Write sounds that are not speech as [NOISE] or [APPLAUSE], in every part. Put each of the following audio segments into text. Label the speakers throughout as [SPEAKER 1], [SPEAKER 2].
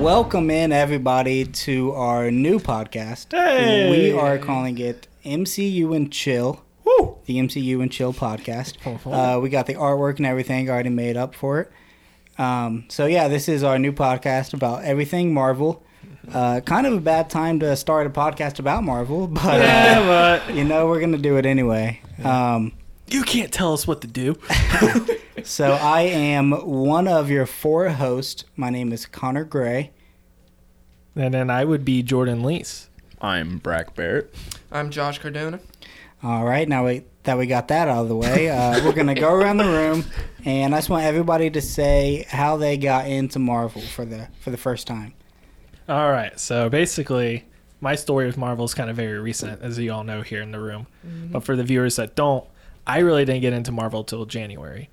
[SPEAKER 1] Welcome in everybody to our new podcast.
[SPEAKER 2] Hey!
[SPEAKER 1] We are calling it MCU and Chill,
[SPEAKER 2] Woo!
[SPEAKER 1] the MCU and
[SPEAKER 2] [LAUGHS]
[SPEAKER 1] Chill podcast.
[SPEAKER 2] Oh,
[SPEAKER 1] Uh, we got the artwork and everything already made up for it. Um, so yeah, this is our new podcast about everything Marvel. Uh, kind of a bad time to start a podcast about Marvel, [LAUGHS] but
[SPEAKER 2] [LAUGHS]
[SPEAKER 1] uh,
[SPEAKER 2] Yeah, but
[SPEAKER 1] you know we're gonna do it anyway. Um,
[SPEAKER 2] you can't tell us what to do.
[SPEAKER 1] So I am one of your four hosts. My name is Connor Gray.
[SPEAKER 3] [LAUGHS] And then I would be Jordan Leese.
[SPEAKER 4] I'm Brack Barrett.
[SPEAKER 5] I'm Josh Cardona.
[SPEAKER 1] All right, now we, that we got that out of the way, uh, we're gonna go around the room, and I just want everybody to say how they got into Marvel for the for the first time.
[SPEAKER 3] All right. So basically, my story with Marvel is kind of very recent, as you all know here in the room. But for the viewers that don't, I really didn't get into Marvel till January.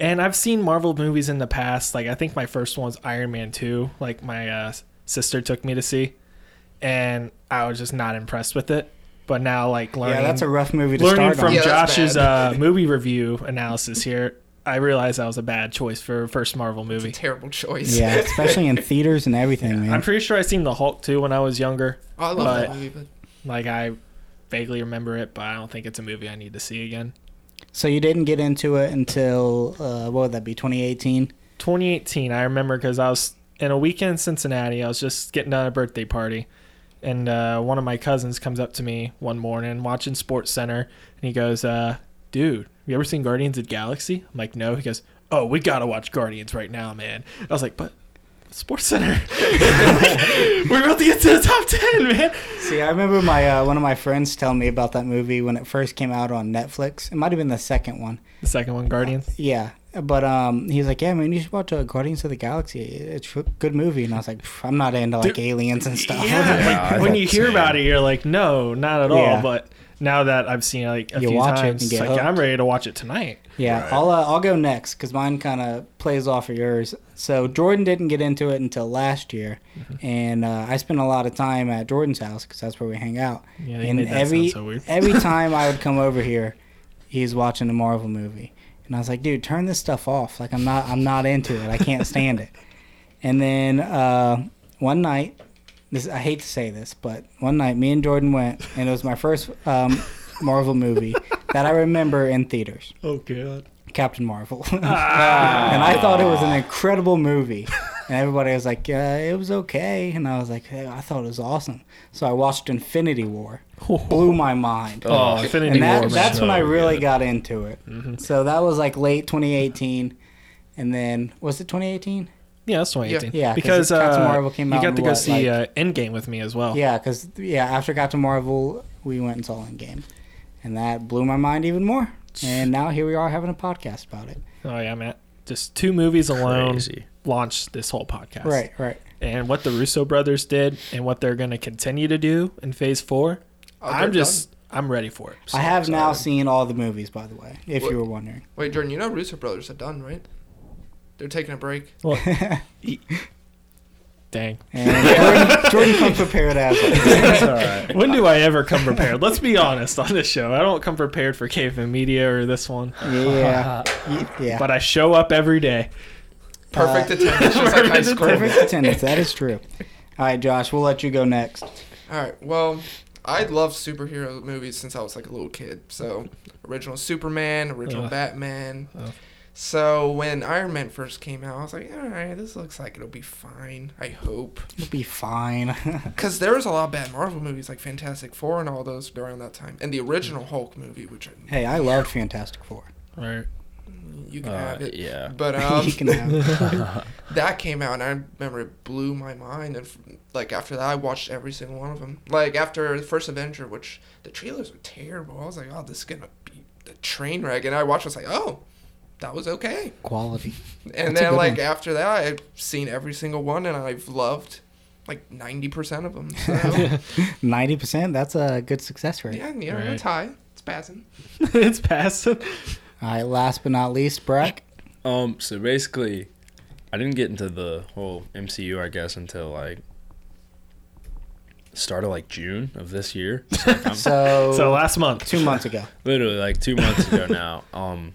[SPEAKER 3] And I've seen Marvel movies in the past. Like, I think my first one was Iron Man 2, like my uh, sister took me to see. And I was just not impressed with it. But now, like, learning.
[SPEAKER 1] yeah, that's a rough movie to
[SPEAKER 3] learning
[SPEAKER 1] start
[SPEAKER 3] from
[SPEAKER 1] on.
[SPEAKER 5] Yeah, that's
[SPEAKER 3] Josh's
[SPEAKER 5] bad.
[SPEAKER 3] uh, movie review analysis here, I realized that was a bad choice for first Marvel movie.
[SPEAKER 5] Terrible choice.
[SPEAKER 1] [LAUGHS] yeah, especially in theaters and everything, man.
[SPEAKER 3] I'm pretty sure I seen the Hulk too when I was younger.
[SPEAKER 5] Oh, [LAUGHS] I love
[SPEAKER 3] But-
[SPEAKER 5] that movie, but
[SPEAKER 3] Like I vaguely remember it, but I don't think it's a movie I need to see again.
[SPEAKER 1] so you didn't get into it until uh, what would that be, 2018?
[SPEAKER 3] 2018, I remember because I was in a weekend in Cincinnati. I was just getting done a birthday party, and uh, one of my cousins comes up to me one morning watching Sports Center, and he goes, uh, "Dude, you ever seen Guardians of the Galaxy?" I'm like, "No." He goes, "Oh, we gotta watch Guardians right now, man." I was like, "But." Sports Center. [LAUGHS] We're about to get to the top ten, man.
[SPEAKER 1] See, I remember my uh, one of my friends telling me about that movie when it first came out on Netflix. It might have been the second one.
[SPEAKER 3] The second one, Guardians.
[SPEAKER 1] Yeah, but um, he was like, "Yeah, man, you should watch uh, Guardians of the Galaxy. It's a good movie." And I was like, "Pff, "I'm not into like
[SPEAKER 3] Dude,
[SPEAKER 1] aliens and stuff."
[SPEAKER 3] Yeah,
[SPEAKER 4] Yeah,
[SPEAKER 3] like,
[SPEAKER 4] I
[SPEAKER 3] when
[SPEAKER 4] thought
[SPEAKER 3] you
[SPEAKER 4] the
[SPEAKER 3] hear
[SPEAKER 4] same.
[SPEAKER 3] about it, you're like, no, not at all.
[SPEAKER 1] Yeah.
[SPEAKER 3] But now that I've seen it like a
[SPEAKER 1] You
[SPEAKER 3] few
[SPEAKER 1] watch it and
[SPEAKER 3] times,
[SPEAKER 1] get
[SPEAKER 3] it's like, yeah, I'm
[SPEAKER 1] hooked.
[SPEAKER 3] ready to watch it tonight.
[SPEAKER 1] Yeah, I'll uh, I'll go next because mine kind of plays off of yours. So Jordan didn't get into it until last year,
[SPEAKER 4] Mm-hmm.
[SPEAKER 1] and uh, I spent a lot of time at Jordan's house because that's where we hang out.
[SPEAKER 3] Yeah, they
[SPEAKER 1] and
[SPEAKER 3] made that
[SPEAKER 1] every
[SPEAKER 3] sound so weird. [LAUGHS]
[SPEAKER 1] every time I would come over here, he's watching a Marvel movie, and I was like, "Dude, turn this stuff off! Like I'm not I'm not into it. I can't stand
[SPEAKER 3] [LAUGHS]
[SPEAKER 1] it." And then uh, one night, this I hate to say this, but one night me and Jordan went, and it was my first um, Marvel movie that I remember in theaters.
[SPEAKER 3] Oh god.
[SPEAKER 1] Captain Marvel. [LAUGHS]
[SPEAKER 3] Ah.
[SPEAKER 1] and I thought it was an incredible movie. And everybody was like, yeah, it was okay. And I was like, hey, I thought it was awesome. So I watched Infinity War. Blew my mind.
[SPEAKER 3] Oh, Infinity
[SPEAKER 1] and that,
[SPEAKER 3] War.
[SPEAKER 1] that's
[SPEAKER 3] man.
[SPEAKER 1] when I really got into it.
[SPEAKER 3] Mm-hmm.
[SPEAKER 1] So that was like late 2018. And then, was it 2018?
[SPEAKER 3] yeah, that's 2018.
[SPEAKER 1] Yeah, 'cause
[SPEAKER 3] because
[SPEAKER 1] Captain
[SPEAKER 3] uh,
[SPEAKER 1] Marvel came out
[SPEAKER 3] You got
[SPEAKER 1] in
[SPEAKER 3] to go
[SPEAKER 1] what,
[SPEAKER 3] see uh, Endgame with me as well.
[SPEAKER 1] Yeah, because, yeah, after Captain Marvel, we went and saw Endgame. And that blew my mind even more. And now here we are having a podcast about it.
[SPEAKER 3] Oh yeah, man. Just two movies alone
[SPEAKER 4] Crazy.
[SPEAKER 3] launched this whole podcast.
[SPEAKER 1] Right, right.
[SPEAKER 3] And what the Russo brothers did, and what they're going to continue to do in Phase Four,
[SPEAKER 5] Oh, they're
[SPEAKER 3] I'm just I'm ready for it. So
[SPEAKER 1] I have now
[SPEAKER 3] excited.
[SPEAKER 1] seen all the movies, by the way, if
[SPEAKER 5] What-
[SPEAKER 1] you were wondering.
[SPEAKER 5] Wait, Jordan, you know Russo brothers are done, right? They're taking a break.
[SPEAKER 1] [LAUGHS]
[SPEAKER 3] Dang.
[SPEAKER 1] And Jordan, Jordan come prepared as well.
[SPEAKER 3] That's all right. [LAUGHS] When do I ever come prepared? Let's be honest on this show. I don't come prepared for Caveman Media or this one.
[SPEAKER 1] Yeah. Y- yeah.
[SPEAKER 3] But I show up every day. [LAUGHS]
[SPEAKER 5] Perfect attendance, just
[SPEAKER 3] Uh,
[SPEAKER 5] like high
[SPEAKER 3] Perfect
[SPEAKER 5] school.
[SPEAKER 1] Perfect attendance. That is true. All right, Josh, we'll let you go next.
[SPEAKER 5] All right. Well, I love superhero movies since I was like a little kid. So, original Superman, original
[SPEAKER 3] Ugh.
[SPEAKER 5] Batman.
[SPEAKER 3] Ugh.
[SPEAKER 5] So when Iron Man first came out, I was like, all right, this looks like it'll be fine. I hope.
[SPEAKER 1] You'll be fine. [LAUGHS]
[SPEAKER 5] Because there was a lot of bad Marvel movies like Fantastic Four and all those around that time. And the original Hulk movie, which I,
[SPEAKER 1] hey, I loved Fantastic Four.
[SPEAKER 3] Right.
[SPEAKER 5] you can
[SPEAKER 4] Uh,
[SPEAKER 5] have it.
[SPEAKER 4] yeah.
[SPEAKER 5] But um,
[SPEAKER 1] [LAUGHS] you can have
[SPEAKER 5] that came out and I remember it blew my mind and f- like after that I watched every single one of them like after the first Avenger which the trailers were terrible I was like oh this is gonna be a train wreck and I watched I was like oh that was okay
[SPEAKER 1] quality.
[SPEAKER 5] and
[SPEAKER 1] That's a
[SPEAKER 5] then
[SPEAKER 1] good
[SPEAKER 5] like
[SPEAKER 1] one.
[SPEAKER 5] after that I've seen every single one and I've loved like 90% of
[SPEAKER 1] [LAUGHS]
[SPEAKER 5] them so
[SPEAKER 1] 90%, that's a good success rate.
[SPEAKER 5] yeah you know it's high it's passing
[SPEAKER 3] [LAUGHS] it's passing.
[SPEAKER 1] All right, last but not least, Brack.
[SPEAKER 4] Um. So basically, I didn't get into the whole MCU, I guess, until like start of like June of this year. So, like, I'm
[SPEAKER 1] So,
[SPEAKER 3] [LAUGHS] So uh, last month.
[SPEAKER 1] two months ago.
[SPEAKER 4] literally like two months ago now. Um,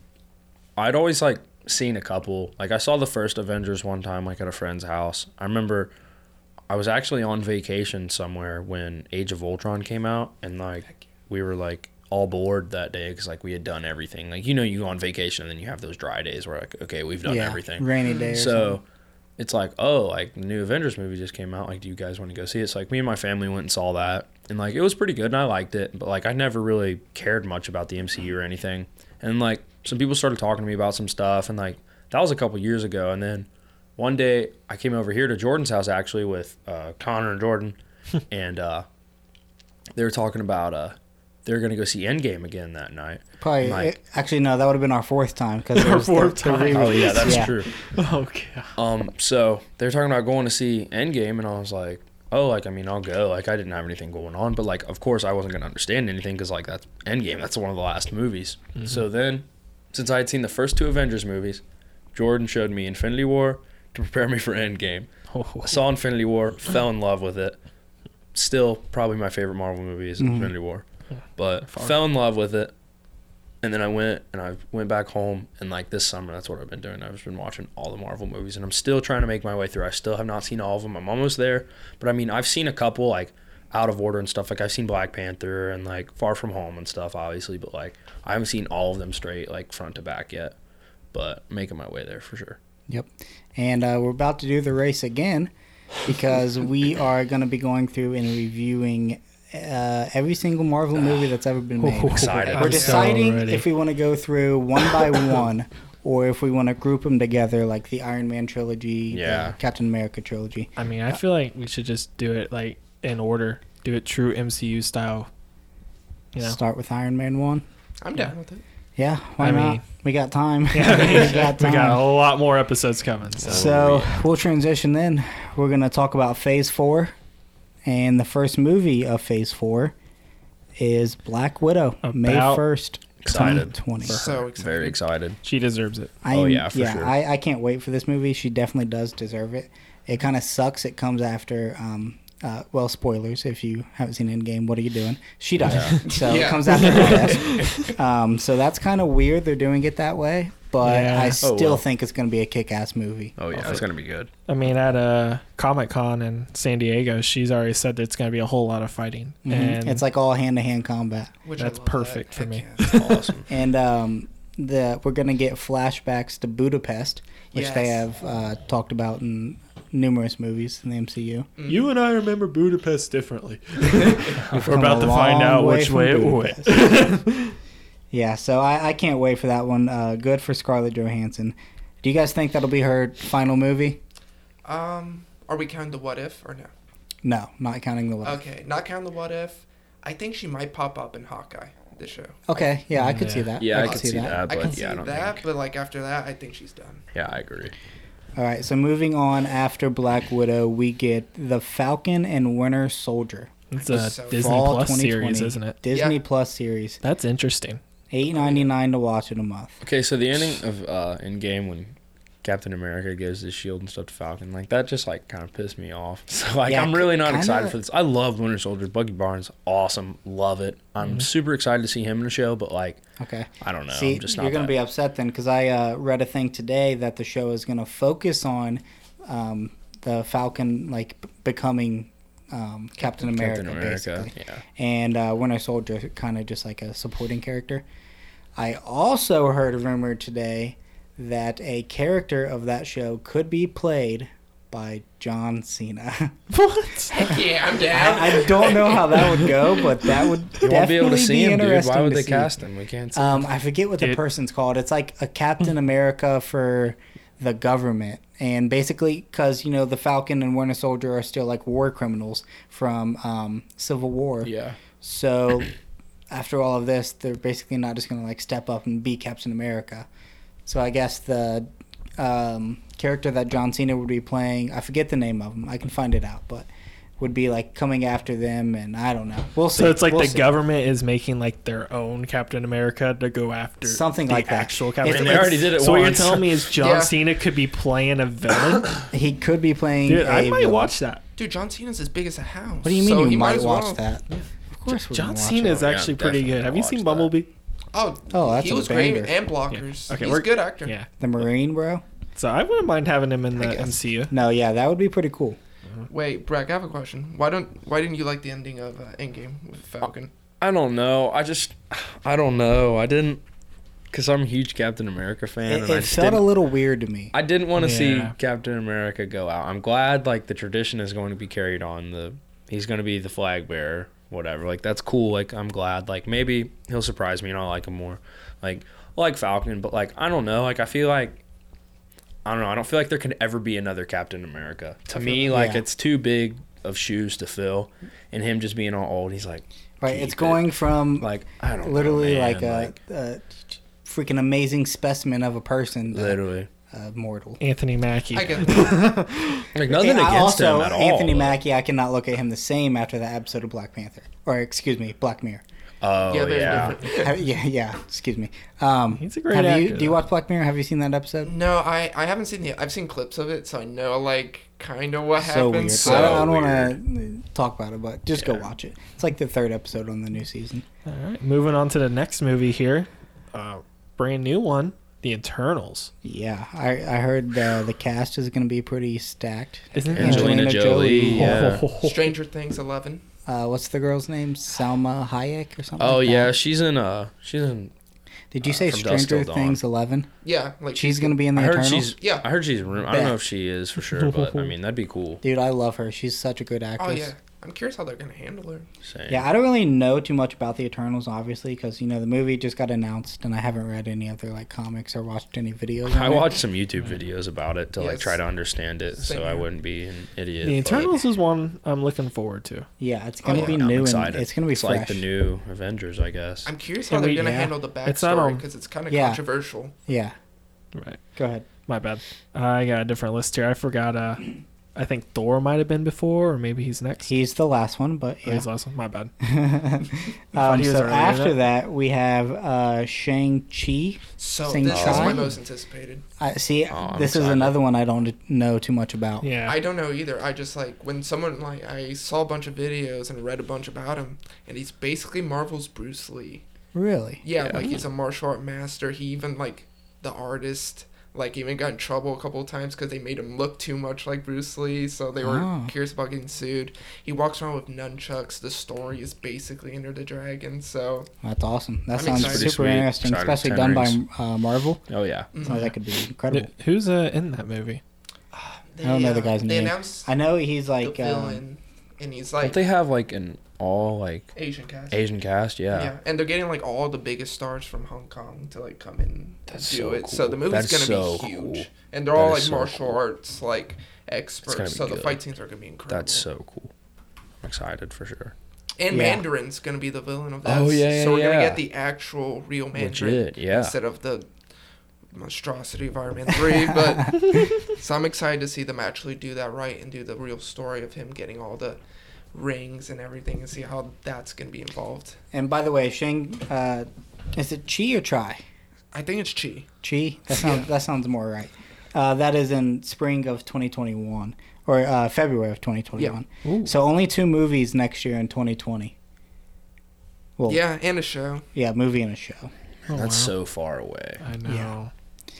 [SPEAKER 4] I'd always like seen a couple. Like I saw the first Avengers one time, like at a friend's house. I remember I was actually on vacation somewhere when Age of Ultron came out, and like we were like all bored that day because like we had done everything. Like you know, you go on vacation and then you have those dry days where like okay, we've done
[SPEAKER 1] yeah,
[SPEAKER 4] everything.
[SPEAKER 1] Rainy day. or
[SPEAKER 4] So it's like, oh, like the new Avengers movie just came out. Like, do you guys want to go see it? It's like me and my family went and saw that, and like it was pretty good, and I liked it. But like, I never really cared much about the MCU or anything. And like, some people started talking to me about some stuff, and like that was a couple years ago. And then one day I came over here to Jordan's house actually with uh, Connor and Jordan, [LAUGHS] and uh, they were talking about uh, they're gonna go see Endgame again that night.
[SPEAKER 1] Probably.
[SPEAKER 4] Mike.
[SPEAKER 1] it- actually, no, that would have been our fourth time because
[SPEAKER 3] Our fourth time.
[SPEAKER 4] Oh yeah, that's true.
[SPEAKER 3] Oh god.
[SPEAKER 4] Um, so they're talking about going to see Endgame, and I was like, oh, like I mean, I'll go. Like I didn't have anything going on, but like of course I wasn't gonna understand anything because like that's Endgame. That's one of the last movies. So then, since I had seen the first two Avengers movies, Jordan showed me Infinity War to prepare me for Endgame. I
[SPEAKER 3] Oh,
[SPEAKER 4] saw Infinity War, fell in love with it. Still, probably my favorite Marvel movie is
[SPEAKER 5] Mm-hmm.
[SPEAKER 4] Infinity War, but fell in love with it. And then I went and I went back home and like this summer, that's what I've been doing. I've just been watching all the Marvel movies, and I'm still trying to make my way through. I still have not seen all of them. I'm almost there, but I mean, I've seen a couple like out of order and stuff. Like I've seen Black Panther and like Far From Home and stuff, obviously, but like I haven't seen all of them straight like front to back yet. But making my way there for sure.
[SPEAKER 1] Yep. And uh, we're about to do the race again because we are going to be going through and reviewing uh, every single Marvel movie that's ever been made.
[SPEAKER 4] excited.
[SPEAKER 1] We're
[SPEAKER 4] Oh, I'm so
[SPEAKER 1] deciding if we want to go through one by one or if we want to group them together like the Iron Man trilogy, the
[SPEAKER 4] Yeah.
[SPEAKER 1] Captain America trilogy.
[SPEAKER 3] I mean, I feel like we should just do it like in order. Do it true MCU style. You know.
[SPEAKER 1] Start with Iron Man 1.
[SPEAKER 5] I'm down with it.
[SPEAKER 1] Yeah, why
[SPEAKER 3] I
[SPEAKER 1] not?
[SPEAKER 3] mean-
[SPEAKER 1] we got time. [LAUGHS] we got
[SPEAKER 3] we
[SPEAKER 1] time.
[SPEAKER 3] got a lot more episodes coming. So.
[SPEAKER 1] So we'll transition then. We're going to talk about phase four. And the first movie of phase four is Black Widow, May
[SPEAKER 3] About
[SPEAKER 1] 1st,
[SPEAKER 4] Excited.
[SPEAKER 1] 2020.
[SPEAKER 5] So excited.
[SPEAKER 4] Very excited.
[SPEAKER 3] She deserves it.
[SPEAKER 1] I
[SPEAKER 4] Oh,
[SPEAKER 1] am-
[SPEAKER 4] yeah, for sure.
[SPEAKER 1] I, I can't wait for this movie. She definitely does deserve it. It kind of sucks. It comes after, um, uh, well, spoilers. If you haven't seen Endgame, what are you doing? She dies. [LAUGHS] So it
[SPEAKER 5] Yeah.
[SPEAKER 1] comes after her
[SPEAKER 3] [LAUGHS]
[SPEAKER 1] death. Um, so that's kind of weird they're doing it that way. But
[SPEAKER 3] Yeah.
[SPEAKER 1] I
[SPEAKER 3] Oh,
[SPEAKER 1] still
[SPEAKER 4] well.
[SPEAKER 1] think it's going to be a kick ass movie.
[SPEAKER 4] Oh yeah, it's gonna be good.
[SPEAKER 3] I mean, at uh, Comic Con in San Diego, she's already said that it's going to be a whole lot of fighting,
[SPEAKER 1] Mhm.
[SPEAKER 3] and
[SPEAKER 1] It's like all hand to hand combat.
[SPEAKER 5] Which I
[SPEAKER 3] That's
[SPEAKER 5] love
[SPEAKER 3] perfect for
[SPEAKER 5] Heck
[SPEAKER 3] me.
[SPEAKER 5] yeah.
[SPEAKER 4] Awesome.
[SPEAKER 1] and um, the we're gonna get flashbacks to Budapest, which they
[SPEAKER 5] Yes.
[SPEAKER 1] have uh, talked about in numerous movies in the MCU.
[SPEAKER 3] you and I remember Budapest [LAUGHS] differently.
[SPEAKER 1] We've
[SPEAKER 3] We're
[SPEAKER 1] come
[SPEAKER 3] about
[SPEAKER 1] a
[SPEAKER 3] to find
[SPEAKER 1] long
[SPEAKER 3] out which
[SPEAKER 1] from
[SPEAKER 3] way it
[SPEAKER 1] Budapest. yeah, so I, I can't wait for that one. Uh, good for Scarlett Johansson. Do you guys think that'll be her final movie?
[SPEAKER 5] [LAUGHS] Um, are we counting the what if or no?
[SPEAKER 1] No, not counting the last.
[SPEAKER 5] Okay, not counting the what if. I think she might pop up in Hawkeye this show.
[SPEAKER 1] Okay, yeah, I could see
[SPEAKER 3] Yeah.
[SPEAKER 1] that.
[SPEAKER 4] Yeah, I,
[SPEAKER 1] could
[SPEAKER 4] can see, that.
[SPEAKER 5] I
[SPEAKER 4] but
[SPEAKER 5] can see
[SPEAKER 4] yeah, I don't
[SPEAKER 5] that,
[SPEAKER 4] think.
[SPEAKER 5] but like after that, I think she's done.
[SPEAKER 4] Yeah, I agree.
[SPEAKER 1] All right, so moving on after Black Widow, we get the Falcon and Winter Soldier
[SPEAKER 3] It's a
[SPEAKER 5] So
[SPEAKER 3] Disney
[SPEAKER 1] Fall
[SPEAKER 3] Plus
[SPEAKER 1] 2020
[SPEAKER 3] series, isn't it?
[SPEAKER 1] Disney
[SPEAKER 5] Yeah.
[SPEAKER 1] Plus series,
[SPEAKER 3] That's interesting.
[SPEAKER 1] eight ninety nine to watch in a month.
[SPEAKER 4] Okay, so the ending of uh, in game when Captain America gives his shield and stuff to Falcon, like that just like kind of pissed me off. [LAUGHS] So like
[SPEAKER 1] Yeah,
[SPEAKER 4] I'm really not
[SPEAKER 1] kinda-
[SPEAKER 4] excited for this. I love Winter Soldier. Bucky Barnes, awesome, love it. I'm super excited to see him in the show, but like
[SPEAKER 1] Okay.
[SPEAKER 4] I don't know,
[SPEAKER 1] Mm-hmm. See,
[SPEAKER 4] I'm just not.
[SPEAKER 1] you're going
[SPEAKER 4] that-
[SPEAKER 1] to be upset then because I uh, read a thing today that the show is going to focus on um, the Falcon like b- becoming um, Captain, America,
[SPEAKER 4] Captain America.
[SPEAKER 1] basically,
[SPEAKER 4] Yeah.
[SPEAKER 1] and uh, Winter Soldier kind of just like a supporting character. I also heard a rumor today that a character of that show could be played by John Cena. [LAUGHS]
[SPEAKER 3] What?
[SPEAKER 5] yeah, I'm
[SPEAKER 1] I, I don't know how that would go, but that would
[SPEAKER 4] You won't be
[SPEAKER 1] definitely
[SPEAKER 4] able to see him, dude.
[SPEAKER 1] interesting
[SPEAKER 4] Why would
[SPEAKER 1] to
[SPEAKER 4] they
[SPEAKER 1] see.
[SPEAKER 4] cast him? We can't see. him.
[SPEAKER 1] Um, I forget what the
[SPEAKER 3] Dude.
[SPEAKER 1] person's called. It's like a Captain America for the government, and basically because you know the Falcon and Winter Soldier are still like war criminals from um, Civil War.
[SPEAKER 4] yeah.
[SPEAKER 1] So after all of this, they're basically not just gonna like step up and be Captain America. So I guess the um, character that John Cena would be playing, I forget the name of him. I can find it out, but would be like coming after them, and I don't know. We'll see.
[SPEAKER 3] So it's like
[SPEAKER 1] We'll
[SPEAKER 3] the
[SPEAKER 1] see.
[SPEAKER 3] government is making like their own Captain America to go after
[SPEAKER 1] Something
[SPEAKER 3] the
[SPEAKER 1] like that.
[SPEAKER 3] actual
[SPEAKER 1] It's-
[SPEAKER 3] Captain
[SPEAKER 4] And they
[SPEAKER 3] America.
[SPEAKER 4] already did it
[SPEAKER 3] So what you're
[SPEAKER 4] once.
[SPEAKER 3] telling me is John
[SPEAKER 5] Yeah.
[SPEAKER 3] Cena could be playing a villain?
[SPEAKER 1] He could be playing.
[SPEAKER 3] Dude, I
[SPEAKER 1] a
[SPEAKER 3] might
[SPEAKER 1] villain.
[SPEAKER 3] watch that.
[SPEAKER 5] Dude, John Cena's as big as a house.
[SPEAKER 1] What do you mean
[SPEAKER 5] so
[SPEAKER 1] you
[SPEAKER 5] he
[SPEAKER 1] might
[SPEAKER 5] as
[SPEAKER 1] watch
[SPEAKER 5] well-
[SPEAKER 1] that? Of course, we're
[SPEAKER 3] John
[SPEAKER 1] gonna watch
[SPEAKER 3] Cena
[SPEAKER 1] it.
[SPEAKER 3] is
[SPEAKER 4] Yeah,
[SPEAKER 3] actually pretty
[SPEAKER 4] definitely
[SPEAKER 3] good. Have you
[SPEAKER 4] watch
[SPEAKER 3] seen
[SPEAKER 4] that.
[SPEAKER 3] Bumblebee?
[SPEAKER 5] Oh,
[SPEAKER 1] Oh, that's
[SPEAKER 5] he
[SPEAKER 1] a
[SPEAKER 5] was great
[SPEAKER 1] banger.
[SPEAKER 5] and
[SPEAKER 3] Yeah.
[SPEAKER 5] blockers.
[SPEAKER 3] Okay,
[SPEAKER 5] He's
[SPEAKER 3] we're
[SPEAKER 5] a good actor.
[SPEAKER 3] Yeah.
[SPEAKER 1] the Marine, bro.
[SPEAKER 3] So I wouldn't mind having him in the
[SPEAKER 5] guess.
[SPEAKER 3] MCU.
[SPEAKER 1] No, yeah, that would be pretty cool.
[SPEAKER 5] Wait, Brack, I have a question. Why don't why didn't you like the ending of uh, Endgame with Falcon?
[SPEAKER 4] I don't know. I just, [SIGHS] I don't know. I didn't, because I'm a huge Captain America fan.
[SPEAKER 1] It,
[SPEAKER 4] and I
[SPEAKER 1] it
[SPEAKER 4] just
[SPEAKER 1] felt a
[SPEAKER 4] didn't-
[SPEAKER 1] little weird to me.
[SPEAKER 4] I didn't want to
[SPEAKER 3] Yeah.
[SPEAKER 4] see Captain America go out. I'm glad like the tradition is going to be carried on. The he's going to be the flag bearer, whatever. Like that's cool. Like I'm glad. Like maybe he'll surprise me and I'll like him more. Like I like Falcon, but like I don't know. Like I feel like I don't know. I don't feel like there can ever be another Captain America. To me, like
[SPEAKER 1] yeah.
[SPEAKER 4] it's too big of shoes to fill, and him just being all old. He's like
[SPEAKER 1] Right, it's
[SPEAKER 4] keep it.
[SPEAKER 1] going from like
[SPEAKER 4] like I don't know,
[SPEAKER 1] literally
[SPEAKER 4] man.
[SPEAKER 1] like, a, a freaking amazing specimen of a person, to
[SPEAKER 4] literally
[SPEAKER 1] a mortal.
[SPEAKER 3] Anthony Mackie.
[SPEAKER 5] I
[SPEAKER 4] [LAUGHS]
[SPEAKER 5] get that.
[SPEAKER 4] like nothing
[SPEAKER 1] And I-
[SPEAKER 4] against
[SPEAKER 1] also,
[SPEAKER 4] him at all.
[SPEAKER 1] Anthony
[SPEAKER 4] but-
[SPEAKER 1] Mackie, I cannot look at him the same after that episode of Black Panther, or excuse me, Black Mirror.
[SPEAKER 4] Oh
[SPEAKER 5] yeah, they're
[SPEAKER 4] yeah.
[SPEAKER 5] different.
[SPEAKER 1] Have- yeah, yeah. Excuse me. Um,
[SPEAKER 3] He's a great
[SPEAKER 1] have you,
[SPEAKER 3] actor,
[SPEAKER 1] Do you
[SPEAKER 3] though.
[SPEAKER 1] watch Black Mirror? Have you seen that episode?
[SPEAKER 5] No, I I haven't seen the I've seen clips of it, so I know like kind of what
[SPEAKER 1] So weird.
[SPEAKER 5] happens.
[SPEAKER 1] I
[SPEAKER 5] so-
[SPEAKER 1] don't, I don't want to talk about it, but just go watch it. It's like the third episode on the new season.
[SPEAKER 3] All right, moving on to the next movie here. Uh, brand new one, The Internals.
[SPEAKER 1] Yeah, I, I heard uh, the cast is going to be pretty stacked.
[SPEAKER 3] Isn't
[SPEAKER 4] Angelina
[SPEAKER 1] Angelina
[SPEAKER 4] Jolie.
[SPEAKER 1] Jolie.
[SPEAKER 3] [LAUGHS]
[SPEAKER 4] Yeah.
[SPEAKER 5] Stranger Things 11.
[SPEAKER 1] Uh, what's the girl's name? Salma Hayek or something?
[SPEAKER 4] Oh
[SPEAKER 1] like that?
[SPEAKER 4] yeah, she's in. Uh, she's in.
[SPEAKER 1] Did you say
[SPEAKER 4] From Dusk
[SPEAKER 1] Stranger
[SPEAKER 4] Till
[SPEAKER 1] Things Eleven?
[SPEAKER 5] Yeah, like
[SPEAKER 1] She's going to be in the
[SPEAKER 4] I heard
[SPEAKER 1] Eternals.
[SPEAKER 4] she's.
[SPEAKER 5] Yeah.
[SPEAKER 4] I heard she's. in room. I don't
[SPEAKER 1] Bet.
[SPEAKER 4] know if she is for sure, but I mean that'd be cool.
[SPEAKER 1] Dude, I love her. She's such a good
[SPEAKER 5] Oh
[SPEAKER 1] actress.
[SPEAKER 5] yeah. I'm curious how they're going to handle her.
[SPEAKER 4] Same.
[SPEAKER 1] Yeah, I don't really know too much about the Eternals, obviously, because you know the movie just got announced, and I haven't read any other like comics or watched any videos.
[SPEAKER 4] I
[SPEAKER 1] on it.
[SPEAKER 4] watched some YouTube videos about it to like
[SPEAKER 5] Yes.
[SPEAKER 4] try to understand it,
[SPEAKER 5] Same
[SPEAKER 4] so I
[SPEAKER 5] here.
[SPEAKER 4] wouldn't be an idiot.
[SPEAKER 3] The
[SPEAKER 4] but
[SPEAKER 3] Internals is one I'm looking forward to.
[SPEAKER 1] Yeah, it's gonna
[SPEAKER 5] Oh, yeah,
[SPEAKER 1] be
[SPEAKER 4] I'm
[SPEAKER 1] new and
[SPEAKER 4] excited.
[SPEAKER 1] it's gonna be
[SPEAKER 4] it's
[SPEAKER 1] fresh.
[SPEAKER 4] like the new Avengers, I guess.
[SPEAKER 5] I'm curious
[SPEAKER 3] Can
[SPEAKER 5] how they're
[SPEAKER 3] we-
[SPEAKER 5] going to
[SPEAKER 1] yeah.
[SPEAKER 5] handle the
[SPEAKER 3] It's not
[SPEAKER 5] backstory
[SPEAKER 3] on-
[SPEAKER 5] because it's kind of
[SPEAKER 1] Yeah.
[SPEAKER 5] controversial.
[SPEAKER 1] yeah,
[SPEAKER 3] Right.
[SPEAKER 1] go ahead.
[SPEAKER 3] My bad. I got a different list here. I forgot. Uh, I think Thor might have been before, or maybe he's next.
[SPEAKER 1] He's the last one, but
[SPEAKER 3] Oh,
[SPEAKER 1] yeah.
[SPEAKER 3] He's last one. My bad.
[SPEAKER 1] um,
[SPEAKER 3] he was
[SPEAKER 1] so
[SPEAKER 3] already in
[SPEAKER 1] after
[SPEAKER 3] it.
[SPEAKER 1] that, we have uh, Shang Chi.
[SPEAKER 5] So
[SPEAKER 1] Sing
[SPEAKER 5] this is
[SPEAKER 1] Chai?
[SPEAKER 5] my most anticipated.
[SPEAKER 1] I see.
[SPEAKER 4] Oh, I'm
[SPEAKER 1] this is
[SPEAKER 4] excited.
[SPEAKER 1] another one I don't know too much about.
[SPEAKER 3] Yeah.
[SPEAKER 5] I don't know either. I just like when someone like I saw a bunch of videos and read a bunch about him, and he's basically Marvel's Bruce Lee.
[SPEAKER 1] Really?
[SPEAKER 5] Yeah,
[SPEAKER 4] Yeah.
[SPEAKER 5] like he's a martial art master. He even like the artist like even got in trouble a couple of times because they made him look too much like Bruce Lee, so they were
[SPEAKER 1] Oh.
[SPEAKER 5] curious about getting sued. He walks around with nunchucks. The story is basically Enter the Dragon, so
[SPEAKER 1] That's awesome. That
[SPEAKER 5] I'm
[SPEAKER 1] sounds
[SPEAKER 5] excited.
[SPEAKER 1] super
[SPEAKER 4] Pretty sweet.
[SPEAKER 1] interesting,
[SPEAKER 4] Excited.
[SPEAKER 1] especially
[SPEAKER 4] Ten
[SPEAKER 1] done
[SPEAKER 4] rings.
[SPEAKER 1] by uh, Marvel.
[SPEAKER 4] oh yeah.
[SPEAKER 1] So that could be incredible.
[SPEAKER 3] N- Who's uh, in that movie?
[SPEAKER 5] they,
[SPEAKER 1] I don't know the
[SPEAKER 5] uh,
[SPEAKER 1] guy's
[SPEAKER 5] They
[SPEAKER 1] name.
[SPEAKER 5] announced
[SPEAKER 1] I know he's
[SPEAKER 5] the
[SPEAKER 4] um,
[SPEAKER 1] like. Uh,
[SPEAKER 5] villain, and he's
[SPEAKER 4] Don't
[SPEAKER 5] like
[SPEAKER 4] they have like an all like
[SPEAKER 5] Asian cast.
[SPEAKER 4] Asian cast? Yeah.
[SPEAKER 5] Yeah. and they're getting like all the biggest stars from Hong Kong to like come in
[SPEAKER 4] That's
[SPEAKER 5] do
[SPEAKER 4] so
[SPEAKER 5] it. So the
[SPEAKER 4] cool.
[SPEAKER 5] movie's
[SPEAKER 4] That's
[SPEAKER 5] gonna
[SPEAKER 4] so
[SPEAKER 5] be huge,
[SPEAKER 4] cool.
[SPEAKER 5] and they're
[SPEAKER 4] That
[SPEAKER 5] all
[SPEAKER 4] is
[SPEAKER 5] like
[SPEAKER 4] so
[SPEAKER 5] martial
[SPEAKER 4] cool.
[SPEAKER 5] arts like
[SPEAKER 4] gonna
[SPEAKER 5] experts.
[SPEAKER 4] be
[SPEAKER 5] So the
[SPEAKER 4] good.
[SPEAKER 5] fight scenes are gonna be incredible.
[SPEAKER 4] That's so cool. I'm excited for sure.
[SPEAKER 5] and
[SPEAKER 1] Yeah.
[SPEAKER 5] Mandarin's gonna be the villain of that.
[SPEAKER 4] Oh, yeah,
[SPEAKER 5] So we're
[SPEAKER 4] yeah,
[SPEAKER 5] gonna
[SPEAKER 4] yeah.
[SPEAKER 5] get the actual real Mandarin
[SPEAKER 4] Legit, yeah.
[SPEAKER 5] instead of the monstrosity of Iron Man
[SPEAKER 4] [LAUGHS]
[SPEAKER 5] three. But so I'm excited to see them actually do that right and do the real story of him getting all the rings and everything and see how that's gonna be involved.
[SPEAKER 1] and by the way, Shang, uh, is it Chi or Tri?
[SPEAKER 5] I think it's Chi.
[SPEAKER 1] Chi. That sounds that sounds more right. Uh, that is in spring of 2021 or uh, February of 2021.
[SPEAKER 3] Ooh.
[SPEAKER 1] So only two movies next year in 2020. Well, yeah,
[SPEAKER 5] Yeah, and a show.
[SPEAKER 1] yeah movie and a show.
[SPEAKER 3] Oh,
[SPEAKER 4] That's
[SPEAKER 3] wow.
[SPEAKER 4] so far away.
[SPEAKER 3] I know.
[SPEAKER 1] Yeah.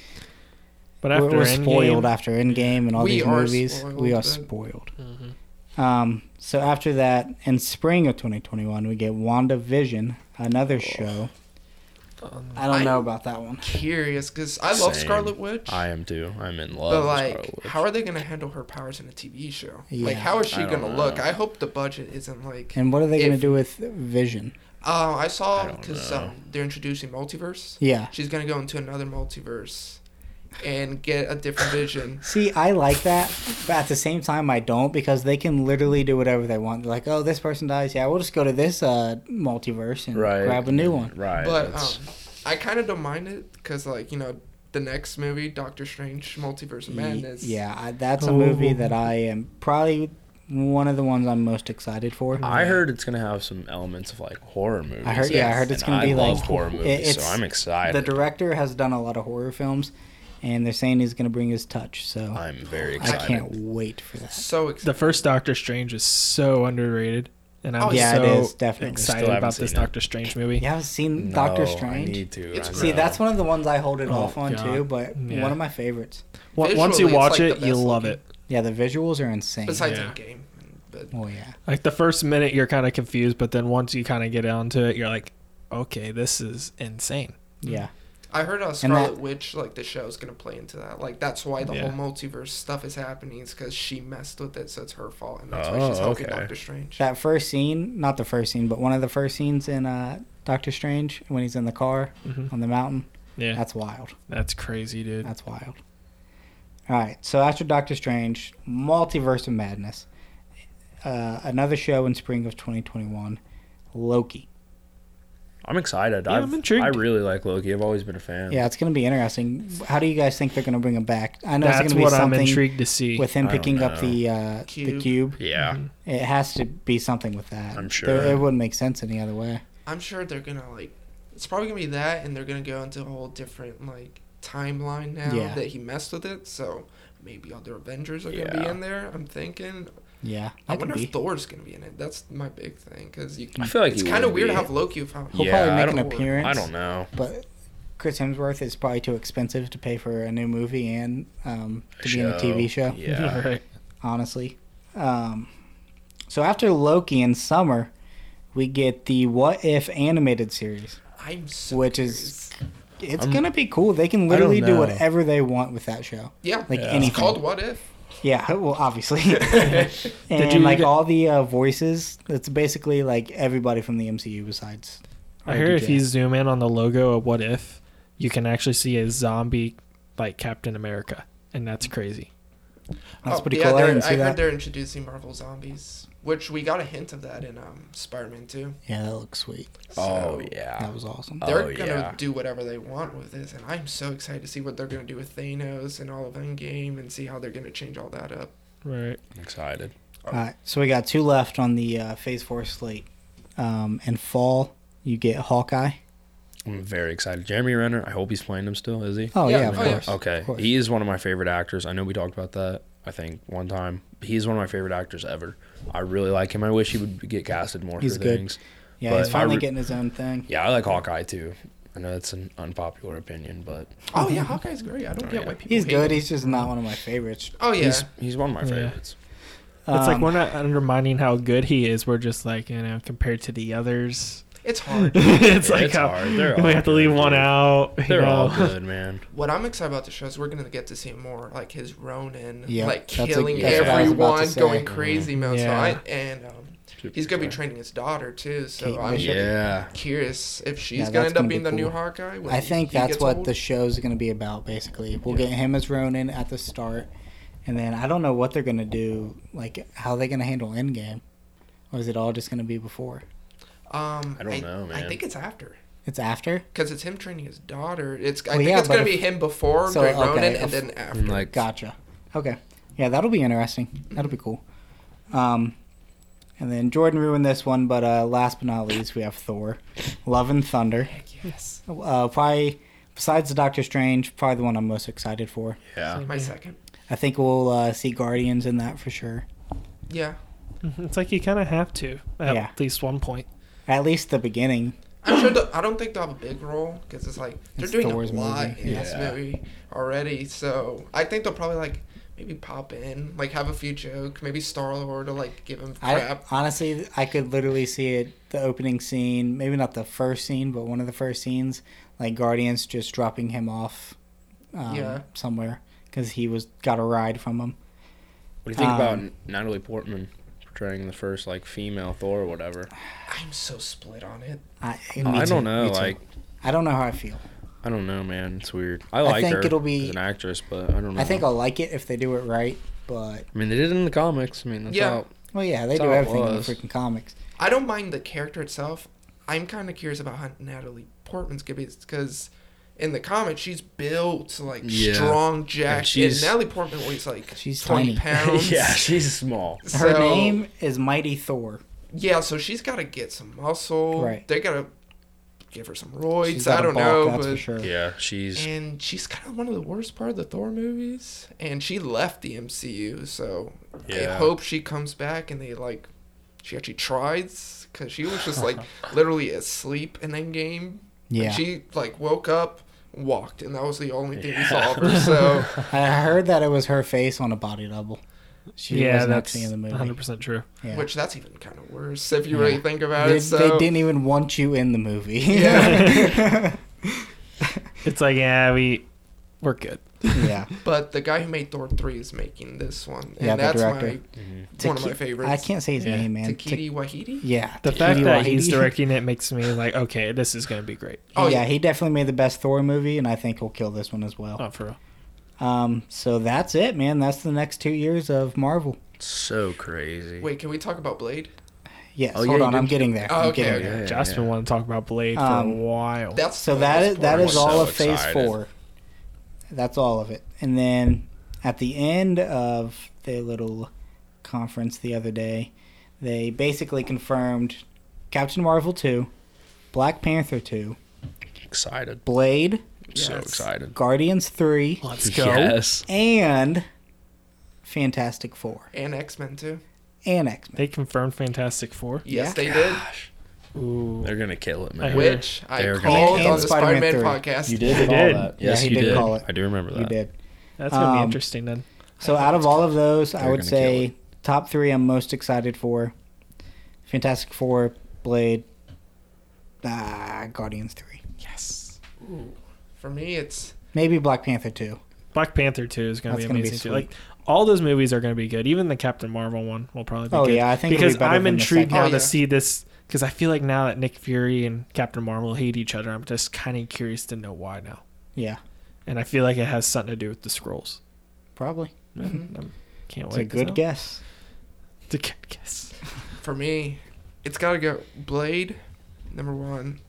[SPEAKER 3] But
[SPEAKER 1] We're,
[SPEAKER 3] after
[SPEAKER 1] we're
[SPEAKER 3] Endgame,
[SPEAKER 1] spoiled after Endgame and all
[SPEAKER 5] We
[SPEAKER 1] these
[SPEAKER 5] are
[SPEAKER 1] movies. we
[SPEAKER 5] spoiled,
[SPEAKER 1] are
[SPEAKER 5] but-
[SPEAKER 1] spoiled. Um, so after that, in spring of 2021, we get WandaVision, another show. Oh. I don't
[SPEAKER 5] I-
[SPEAKER 1] know about that one.
[SPEAKER 5] curious because I love
[SPEAKER 4] Same.
[SPEAKER 5] Scarlet Witch,
[SPEAKER 4] I am too. I'm in love.
[SPEAKER 5] but
[SPEAKER 4] with
[SPEAKER 5] like,
[SPEAKER 4] Scarlet Witch.
[SPEAKER 5] how are they gonna handle her powers in a TV show?
[SPEAKER 1] Yeah.
[SPEAKER 5] Like, how is she
[SPEAKER 4] I don't
[SPEAKER 5] gonna look?
[SPEAKER 4] know.
[SPEAKER 5] I hope the budget isn't like.
[SPEAKER 1] And what are they going to
[SPEAKER 5] If-
[SPEAKER 1] do with Vision?
[SPEAKER 5] Oh, I
[SPEAKER 4] I
[SPEAKER 5] saw
[SPEAKER 4] don't
[SPEAKER 5] because
[SPEAKER 4] know.
[SPEAKER 5] um, they're introducing multiverse.
[SPEAKER 1] Yeah.
[SPEAKER 5] She's gonna go into another multiverse, and get a
[SPEAKER 1] [LAUGHS]
[SPEAKER 5] different vision.
[SPEAKER 1] See, I like that, but at the same time, I don't because they can literally do whatever they want. They're like, oh, this person dies. Yeah, we'll just go to this uh, multiverse and
[SPEAKER 4] right?
[SPEAKER 1] grab a new one.
[SPEAKER 4] Right.
[SPEAKER 5] But um,
[SPEAKER 4] that's-
[SPEAKER 5] I kind of don't mind it because like you know the next movie, Doctor Strange, Multiverse of Madness.
[SPEAKER 1] Yeah, I, that's a
[SPEAKER 3] Ooh.
[SPEAKER 1] movie that I am probably one of the ones I'm most excited for.
[SPEAKER 4] I heard it's gonna have some elements of like horror movies.
[SPEAKER 1] I heard- yeah, I heard it's gonna be,
[SPEAKER 4] I love
[SPEAKER 1] like,
[SPEAKER 4] horror
[SPEAKER 1] it-
[SPEAKER 4] movies,
[SPEAKER 1] it's
[SPEAKER 4] so I'm
[SPEAKER 1] the
[SPEAKER 4] excited.
[SPEAKER 1] director has done a lot of horror films, and they're saying he's going to bring his touch. So
[SPEAKER 4] I'm very
[SPEAKER 1] I
[SPEAKER 4] excited.
[SPEAKER 1] can't wait for that.
[SPEAKER 5] So
[SPEAKER 3] the
[SPEAKER 5] excited.
[SPEAKER 3] first Doctor Strange is so underrated, and I'm
[SPEAKER 5] Oh,
[SPEAKER 1] yeah,
[SPEAKER 3] so
[SPEAKER 1] it is definitely
[SPEAKER 4] Still
[SPEAKER 3] excited
[SPEAKER 4] haven't
[SPEAKER 3] about
[SPEAKER 4] seen
[SPEAKER 3] this
[SPEAKER 4] it.
[SPEAKER 3] Doctor Strange movie.
[SPEAKER 1] You haven't seen Doctor
[SPEAKER 4] No, I
[SPEAKER 1] Strange?
[SPEAKER 4] need to.
[SPEAKER 5] It's
[SPEAKER 4] I
[SPEAKER 5] great.
[SPEAKER 1] See,
[SPEAKER 4] know.
[SPEAKER 1] that's one of the ones I hold it off
[SPEAKER 3] Oh,
[SPEAKER 1] on
[SPEAKER 3] God.
[SPEAKER 1] too, but
[SPEAKER 3] Yeah.
[SPEAKER 1] one of my favorites.
[SPEAKER 3] Wa- Once you
[SPEAKER 5] Visually, it's
[SPEAKER 3] watch
[SPEAKER 5] like the
[SPEAKER 3] it, you
[SPEAKER 5] best
[SPEAKER 3] love
[SPEAKER 5] looking.
[SPEAKER 3] it.
[SPEAKER 1] Yeah, the visuals are insane.
[SPEAKER 5] Besides
[SPEAKER 3] Yeah.
[SPEAKER 5] the game, but
[SPEAKER 1] oh yeah.
[SPEAKER 3] Like the first minute, you're kind of confused, but then once you kind of get onto it, you're like, okay, this is insane.
[SPEAKER 1] Yeah.
[SPEAKER 5] I heard uh, Scarlet
[SPEAKER 1] that-
[SPEAKER 5] Witch, like the show's gonna play into that. Like that's why the
[SPEAKER 3] Yeah.
[SPEAKER 5] whole multiverse stuff is happening is because she messed with it, so it's her fault, and that's why
[SPEAKER 4] Oh,
[SPEAKER 5] she's helping
[SPEAKER 4] okay.
[SPEAKER 5] Doctor Strange.
[SPEAKER 1] That first scene, not the first scene, but one of the first scenes in uh, Doctor Strange when he's in the car
[SPEAKER 3] Mhm.
[SPEAKER 1] on the mountain.
[SPEAKER 3] Yeah,
[SPEAKER 1] That's wild.
[SPEAKER 3] that's crazy, dude.
[SPEAKER 1] That's wild. All right. So after Doctor Strange, Multiverse of Madness, uh, another show in spring of 2021, Loki.
[SPEAKER 4] I'm excited.
[SPEAKER 3] Yeah,
[SPEAKER 4] I've,
[SPEAKER 3] I'm intrigued.
[SPEAKER 4] I really like Loki. I've always been a fan.
[SPEAKER 1] Yeah, it's going to be interesting. How do you guys think they're going to bring him back? I know it's
[SPEAKER 3] That's
[SPEAKER 1] going to be
[SPEAKER 3] what I'm
[SPEAKER 1] something
[SPEAKER 3] intrigued to see.
[SPEAKER 1] with him
[SPEAKER 4] I don't
[SPEAKER 1] picking up
[SPEAKER 4] know.
[SPEAKER 1] the uh, the
[SPEAKER 5] Cube.
[SPEAKER 1] cube.
[SPEAKER 3] [LAUGHS]
[SPEAKER 4] Yeah.
[SPEAKER 1] It has to be something with that.
[SPEAKER 4] I'm
[SPEAKER 1] There-
[SPEAKER 4] sure.
[SPEAKER 1] it wouldn't make sense any other way.
[SPEAKER 5] I'm sure they're gonna like. It's probably gonna be that, and they're gonna go into a whole different like timeline now
[SPEAKER 1] Yeah.
[SPEAKER 5] that he messed with it. So maybe other Avengers are gonna be
[SPEAKER 4] Yeah.
[SPEAKER 5] in there. I'm thinking.
[SPEAKER 1] Yeah,
[SPEAKER 5] I
[SPEAKER 1] that could
[SPEAKER 5] wonder
[SPEAKER 1] be.
[SPEAKER 5] if Thor's gonna be in it. That's my big thing because you.
[SPEAKER 4] I feel like
[SPEAKER 5] it's
[SPEAKER 4] he
[SPEAKER 5] kind of
[SPEAKER 4] would
[SPEAKER 5] weird
[SPEAKER 4] be.
[SPEAKER 5] to have Loki without.
[SPEAKER 1] He'll
[SPEAKER 4] Yeah, I
[SPEAKER 1] probably make
[SPEAKER 5] don't-
[SPEAKER 1] an appearance.
[SPEAKER 4] I don't know.
[SPEAKER 1] But Chris Hemsworth is probably too expensive to pay for a new movie and um, to be in a
[SPEAKER 4] Show.
[SPEAKER 1] TV show. [LAUGHS]
[SPEAKER 4] Yeah.
[SPEAKER 3] right.
[SPEAKER 1] honestly. Um, so after Loki in summer, we get the What If animated series.
[SPEAKER 5] I'm so
[SPEAKER 1] Which is-
[SPEAKER 5] curious.
[SPEAKER 1] It's
[SPEAKER 4] I'm-
[SPEAKER 1] gonna be cool. They can
[SPEAKER 4] don't
[SPEAKER 1] literally do
[SPEAKER 4] know.
[SPEAKER 1] whatever they want with that show.
[SPEAKER 5] yeah
[SPEAKER 1] Like
[SPEAKER 4] Yeah.
[SPEAKER 1] anything.
[SPEAKER 5] It's called What If.
[SPEAKER 1] yeah, well,
[SPEAKER 5] [LAUGHS]
[SPEAKER 1] obviously. [LAUGHS] and
[SPEAKER 3] you
[SPEAKER 1] like
[SPEAKER 3] get-
[SPEAKER 1] all the uh, voices, it's basically like everybody from the MCU besides.
[SPEAKER 3] I hear if
[SPEAKER 1] RDJ.
[SPEAKER 3] you zoom in on the logo of What If, you can actually see a zombie like Captain America, and that's crazy.
[SPEAKER 1] That's
[SPEAKER 5] Oh,
[SPEAKER 1] pretty
[SPEAKER 5] yeah,
[SPEAKER 1] cool. I
[SPEAKER 5] they're-
[SPEAKER 1] didn't see
[SPEAKER 5] I heard
[SPEAKER 1] that.
[SPEAKER 5] they're introducing Marvel Zombies, which we got a hint of that in um, Spider-Man 2.
[SPEAKER 1] Yeah, that looks sweet.
[SPEAKER 4] Oh
[SPEAKER 5] So,
[SPEAKER 4] yeah.
[SPEAKER 1] That was awesome.
[SPEAKER 4] Uh,
[SPEAKER 5] They're
[SPEAKER 4] Oh,
[SPEAKER 5] gonna
[SPEAKER 4] yeah.
[SPEAKER 5] do whatever they want with this, and I'm so excited to see what they're gonna do with Thanos and all of Endgame, and see how they're gonna change all that up.
[SPEAKER 3] Right.
[SPEAKER 4] I'm excited.
[SPEAKER 1] All right, so we got two left on the uh, Phase Four slate. Um, and fall, you get Hawkeye.
[SPEAKER 4] I'm very excited. Jeremy Renner. I hope he's playing him still. Is he?
[SPEAKER 1] Oh yeah,
[SPEAKER 5] Yeah,
[SPEAKER 1] of
[SPEAKER 5] oh, yeah.
[SPEAKER 1] course.
[SPEAKER 4] Okay.
[SPEAKER 1] course.
[SPEAKER 4] He is one of my favorite actors. I know we talked about that, I think, one time. He's one of my favorite actors ever. I really like him. I wish he would get casted more
[SPEAKER 1] He's
[SPEAKER 4] for
[SPEAKER 1] good.
[SPEAKER 4] things.
[SPEAKER 1] Yeah,
[SPEAKER 4] But
[SPEAKER 1] he's
[SPEAKER 4] I
[SPEAKER 1] finally
[SPEAKER 4] re-
[SPEAKER 1] getting his own thing.
[SPEAKER 4] Yeah, I like Hawkeye too. I know that's an unpopular opinion, but
[SPEAKER 5] Oh
[SPEAKER 4] [LAUGHS]
[SPEAKER 5] yeah, Hawkeye's great. I don't get
[SPEAKER 4] yeah.
[SPEAKER 5] why people.
[SPEAKER 1] He's
[SPEAKER 5] hate
[SPEAKER 1] good.
[SPEAKER 5] him.
[SPEAKER 1] He's just not one of my favorites.
[SPEAKER 5] Oh yeah,
[SPEAKER 4] he's he's one of my
[SPEAKER 3] Yeah.
[SPEAKER 5] [LAUGHS]
[SPEAKER 4] favorites.
[SPEAKER 3] It's like
[SPEAKER 1] Um,
[SPEAKER 3] we're not undermining how good he is. We're just like you know compared to
[SPEAKER 1] [LAUGHS]
[SPEAKER 3] the others, [LAUGHS]
[SPEAKER 5] it's hard.
[SPEAKER 3] it's
[SPEAKER 4] Yeah,
[SPEAKER 3] like
[SPEAKER 4] it's
[SPEAKER 3] how
[SPEAKER 4] hard. They're
[SPEAKER 3] we
[SPEAKER 4] all
[SPEAKER 3] have to leave
[SPEAKER 4] good,
[SPEAKER 3] one
[SPEAKER 4] dude.
[SPEAKER 3] out. You
[SPEAKER 4] They're all
[SPEAKER 3] know?
[SPEAKER 4] good, man.
[SPEAKER 5] what I'm excited about the show is we're gonna get to see more like his Ronin,
[SPEAKER 1] Yeah,
[SPEAKER 5] like
[SPEAKER 1] that's a-
[SPEAKER 5] killing
[SPEAKER 4] that's what I was about to
[SPEAKER 5] everyone,
[SPEAKER 1] say.
[SPEAKER 5] going crazy mode. So I,
[SPEAKER 3] Yeah.
[SPEAKER 5] and um, [LAUGHS] he's gonna be training his daughter too. So
[SPEAKER 1] Kate
[SPEAKER 5] I'm
[SPEAKER 1] Bishop.
[SPEAKER 4] Yeah.
[SPEAKER 5] curious if she's
[SPEAKER 1] Yeah,
[SPEAKER 5] gonna
[SPEAKER 1] that's
[SPEAKER 5] end up
[SPEAKER 1] gonna be
[SPEAKER 5] being the
[SPEAKER 1] cool.
[SPEAKER 5] new Hawkeye. When
[SPEAKER 1] I think
[SPEAKER 5] he
[SPEAKER 1] that's
[SPEAKER 5] gets
[SPEAKER 1] what
[SPEAKER 5] old.
[SPEAKER 1] the show's going to be about, basically. We'll get him as Ronin at the start, and then I don't know what they're going to do. Like, how are they going to handle Endgame? Or is it all just going to be before?
[SPEAKER 5] Um,
[SPEAKER 4] I don't know,
[SPEAKER 5] I
[SPEAKER 4] man.
[SPEAKER 5] think it's after
[SPEAKER 1] It's after?
[SPEAKER 5] because it's him training his daughter. It's I
[SPEAKER 1] Well,
[SPEAKER 5] think
[SPEAKER 1] yeah,
[SPEAKER 5] it's gonna
[SPEAKER 1] but
[SPEAKER 5] be
[SPEAKER 1] if-
[SPEAKER 5] him before
[SPEAKER 1] So,
[SPEAKER 5] Great
[SPEAKER 1] okay,
[SPEAKER 5] Ronin
[SPEAKER 1] if-
[SPEAKER 5] and then after.
[SPEAKER 4] And Mm, like
[SPEAKER 1] Gotcha. Okay. Yeah, that'll be interesting. That'll be cool. Um, and then Jordan ruined this one, but uh, last but not least, we have Thor, Love and Thunder.
[SPEAKER 5] yes,
[SPEAKER 1] Uh, probably, besides Doctor Strange, probably the one I'm most excited for.
[SPEAKER 4] yeah.
[SPEAKER 5] my second.
[SPEAKER 1] I think we'll uh, see Guardians in that for sure.
[SPEAKER 5] Yeah,
[SPEAKER 3] [LAUGHS] It's like you kind of have to at
[SPEAKER 1] Yeah.
[SPEAKER 3] least one point.
[SPEAKER 1] At least the beginning.
[SPEAKER 5] I'm sure. The, I don't think they'll have a big role because it's like they're
[SPEAKER 1] It's
[SPEAKER 5] doing
[SPEAKER 1] Thor's
[SPEAKER 5] a lot
[SPEAKER 1] movie.
[SPEAKER 5] in this
[SPEAKER 4] Yeah.
[SPEAKER 5] movie already. So I think they'll probably like maybe pop in, like have a few jokes, maybe Star Lord to like give him
[SPEAKER 1] I
[SPEAKER 5] crap.
[SPEAKER 1] honestly, I could literally see it. The opening scene, maybe not the first scene, but one of the first scenes, like Guardians just dropping him off um,
[SPEAKER 5] Yeah.
[SPEAKER 1] somewhere because he was got a ride from him.
[SPEAKER 4] What do you think
[SPEAKER 1] Um,
[SPEAKER 4] about Natalie Portman portraying the first like female Thor or whatever?
[SPEAKER 5] I, am so split on it.
[SPEAKER 1] I,
[SPEAKER 4] Oh, I
[SPEAKER 1] me too,
[SPEAKER 4] don't know.
[SPEAKER 1] me too.
[SPEAKER 4] Like
[SPEAKER 1] I don't know how I feel.
[SPEAKER 4] I don't know, man. It's weird. I like
[SPEAKER 1] think
[SPEAKER 4] her
[SPEAKER 1] it'll be-
[SPEAKER 4] as an actress, but I don't know.
[SPEAKER 1] I think I'll like it if they do it right, but
[SPEAKER 4] I mean, they did it in the comics. I mean, that's
[SPEAKER 5] Yeah.
[SPEAKER 4] how-
[SPEAKER 1] well, yeah, they
[SPEAKER 4] That's
[SPEAKER 1] do
[SPEAKER 4] how it
[SPEAKER 1] everything in the
[SPEAKER 4] was.
[SPEAKER 1] freaking comics.
[SPEAKER 5] I don't mind the character itself. I'm kind of curious about how Natalie Portman's gonna be because in the comics she's built like
[SPEAKER 4] Yeah.
[SPEAKER 5] strong, jack. And,
[SPEAKER 4] she's-
[SPEAKER 5] Natalie Portman weighs like
[SPEAKER 1] She's
[SPEAKER 5] twenty
[SPEAKER 1] tiny. [LAUGHS]
[SPEAKER 5] pounds.
[SPEAKER 4] yeah, she's small.
[SPEAKER 1] Her
[SPEAKER 5] So-
[SPEAKER 1] name is Mighty Thor.
[SPEAKER 5] Yeah, so she's got to get some muscle.
[SPEAKER 1] Right.
[SPEAKER 5] They got to give her some
[SPEAKER 1] She's
[SPEAKER 5] roids.
[SPEAKER 1] got
[SPEAKER 5] I
[SPEAKER 1] a
[SPEAKER 5] don't
[SPEAKER 1] bulk,
[SPEAKER 5] know,
[SPEAKER 1] that's
[SPEAKER 5] but
[SPEAKER 1] for sure.
[SPEAKER 4] Yeah, she's
[SPEAKER 5] and she's kind of one of the worst part of the Thor movies, and she left the MCU. So I
[SPEAKER 4] Yeah.
[SPEAKER 5] hope she comes back and they like she actually tries because she was
[SPEAKER 1] [LAUGHS]
[SPEAKER 5] just like literally asleep in Endgame.
[SPEAKER 1] Yeah.
[SPEAKER 5] and she like woke up,
[SPEAKER 1] [LAUGHS]
[SPEAKER 5] walked, and that was the only thing we saw of her. So
[SPEAKER 1] I heard that it was her face on a body double. She wasn't actually in the movie.
[SPEAKER 3] 100% true.
[SPEAKER 1] Yeah.
[SPEAKER 5] Which that's even kind of worse if you
[SPEAKER 1] Yeah.
[SPEAKER 5] really think about
[SPEAKER 1] they,
[SPEAKER 5] it. So
[SPEAKER 1] they didn't even want you in the
[SPEAKER 5] [LAUGHS]
[SPEAKER 1] movie.
[SPEAKER 3] Yeah. It's like, yeah, we we're good.
[SPEAKER 1] [LAUGHS] yeah.
[SPEAKER 5] But the guy who made Thor three is making this one, and
[SPEAKER 1] Yeah, the
[SPEAKER 5] that's my
[SPEAKER 1] director.
[SPEAKER 4] Mm-hmm.
[SPEAKER 5] one of my
[SPEAKER 1] Taki-
[SPEAKER 5] favorites.
[SPEAKER 1] I can't say his
[SPEAKER 3] Yeah.
[SPEAKER 1] name, man.
[SPEAKER 5] Takiti Wahidi.
[SPEAKER 1] Ta- yeah.
[SPEAKER 3] The
[SPEAKER 1] Taiki
[SPEAKER 3] fact that he's
[SPEAKER 4] [LAUGHS]
[SPEAKER 1] Waititi.
[SPEAKER 3] directing it makes me like, okay, this is gonna be great.
[SPEAKER 5] Oh,
[SPEAKER 1] yeah,
[SPEAKER 5] yeah.
[SPEAKER 1] he definitely made the best Thor movie, and I think he'll kill this one as well.
[SPEAKER 3] Oh, for real.
[SPEAKER 1] Um, so that's it, man. That's the next two years of Marvel.
[SPEAKER 4] So crazy.
[SPEAKER 5] Wait, can we talk about Blade?
[SPEAKER 1] Yes,
[SPEAKER 4] Oh,
[SPEAKER 1] hold
[SPEAKER 4] yeah,
[SPEAKER 1] on,
[SPEAKER 4] you
[SPEAKER 1] I'm
[SPEAKER 4] did-
[SPEAKER 1] getting there.
[SPEAKER 5] Oh,
[SPEAKER 1] I'm
[SPEAKER 5] okay,
[SPEAKER 1] getting
[SPEAKER 5] okay.
[SPEAKER 1] there.
[SPEAKER 4] Yeah,
[SPEAKER 3] Josh
[SPEAKER 4] yeah.
[SPEAKER 3] been wanting to talk about Blade for a
[SPEAKER 1] Um,
[SPEAKER 3] while.
[SPEAKER 5] That's
[SPEAKER 1] So
[SPEAKER 5] the
[SPEAKER 1] that
[SPEAKER 5] best
[SPEAKER 1] is that
[SPEAKER 5] part.
[SPEAKER 1] is all
[SPEAKER 4] so
[SPEAKER 1] of Phase
[SPEAKER 4] excited.
[SPEAKER 1] Four. That's all of it, and then at the end of the little conference the other day, they basically confirmed Captain Marvel two, Black Panther two,
[SPEAKER 4] Excited.
[SPEAKER 1] Blade,
[SPEAKER 4] So
[SPEAKER 3] Yes.
[SPEAKER 4] excited.
[SPEAKER 1] Guardians three,
[SPEAKER 4] [LAUGHS]
[SPEAKER 3] Let's go.
[SPEAKER 4] Yes.
[SPEAKER 1] and Fantastic Four
[SPEAKER 5] and X Men too.
[SPEAKER 1] and X Men.
[SPEAKER 3] They confirmed Fantastic Four.
[SPEAKER 5] Yes,
[SPEAKER 1] Yeah.
[SPEAKER 5] they did.
[SPEAKER 3] Ooh.
[SPEAKER 4] They're gonna kill it,
[SPEAKER 3] I
[SPEAKER 4] man.
[SPEAKER 3] heard-
[SPEAKER 5] Which I
[SPEAKER 4] They're gonna-
[SPEAKER 5] called
[SPEAKER 1] And
[SPEAKER 5] on the Spider Man
[SPEAKER 1] Spider-Man
[SPEAKER 5] podcast.
[SPEAKER 3] They
[SPEAKER 4] call
[SPEAKER 3] did.
[SPEAKER 4] that.
[SPEAKER 1] Yeah,
[SPEAKER 4] Yes,
[SPEAKER 1] he
[SPEAKER 4] you
[SPEAKER 1] did
[SPEAKER 4] did.
[SPEAKER 1] call it.
[SPEAKER 4] I do remember that.
[SPEAKER 1] You did.
[SPEAKER 3] That's gonna be
[SPEAKER 1] Um,
[SPEAKER 3] interesting then.
[SPEAKER 1] So out of all of those, I
[SPEAKER 4] They're
[SPEAKER 1] would
[SPEAKER 4] gonna kill
[SPEAKER 1] say top three I'm most excited for: Fantastic Four, Blade, ah, Guardians three,
[SPEAKER 3] Yes.
[SPEAKER 5] For me, it's
[SPEAKER 1] maybe Black Panther two.
[SPEAKER 3] Black Panther two is gonna
[SPEAKER 1] That's
[SPEAKER 3] be
[SPEAKER 1] gonna be
[SPEAKER 3] amazing too.
[SPEAKER 1] sweet.
[SPEAKER 3] Like all those movies are gonna be good. Even the Captain Marvel one will probably be
[SPEAKER 1] Oh,
[SPEAKER 3] good.
[SPEAKER 1] yeah, I think it'll be
[SPEAKER 3] because
[SPEAKER 1] better
[SPEAKER 3] I'm
[SPEAKER 1] than the
[SPEAKER 3] intrigued
[SPEAKER 1] second
[SPEAKER 3] now
[SPEAKER 5] one. Oh,
[SPEAKER 3] to
[SPEAKER 5] yeah.
[SPEAKER 3] see this because I feel like now that Nick Fury and Captain Marvel hate each other, I'm just kind of curious to know why now.
[SPEAKER 1] Yeah,
[SPEAKER 3] And I feel like it has something to do with the scrolls.
[SPEAKER 1] probably.
[SPEAKER 3] I'm-
[SPEAKER 1] Mm-hmm.
[SPEAKER 3] can't
[SPEAKER 1] It's
[SPEAKER 3] wait.
[SPEAKER 1] a good
[SPEAKER 3] guess.
[SPEAKER 1] guess.
[SPEAKER 3] It's a good guess.
[SPEAKER 5] for me, it's gotta go Blade, number one,